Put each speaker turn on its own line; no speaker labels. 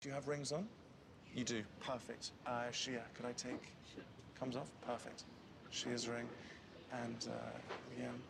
Do you have rings on? You do. Perfect. Uh, Shia, could I take? Comes off. Perfect. Shia's ring. And uh, Rian,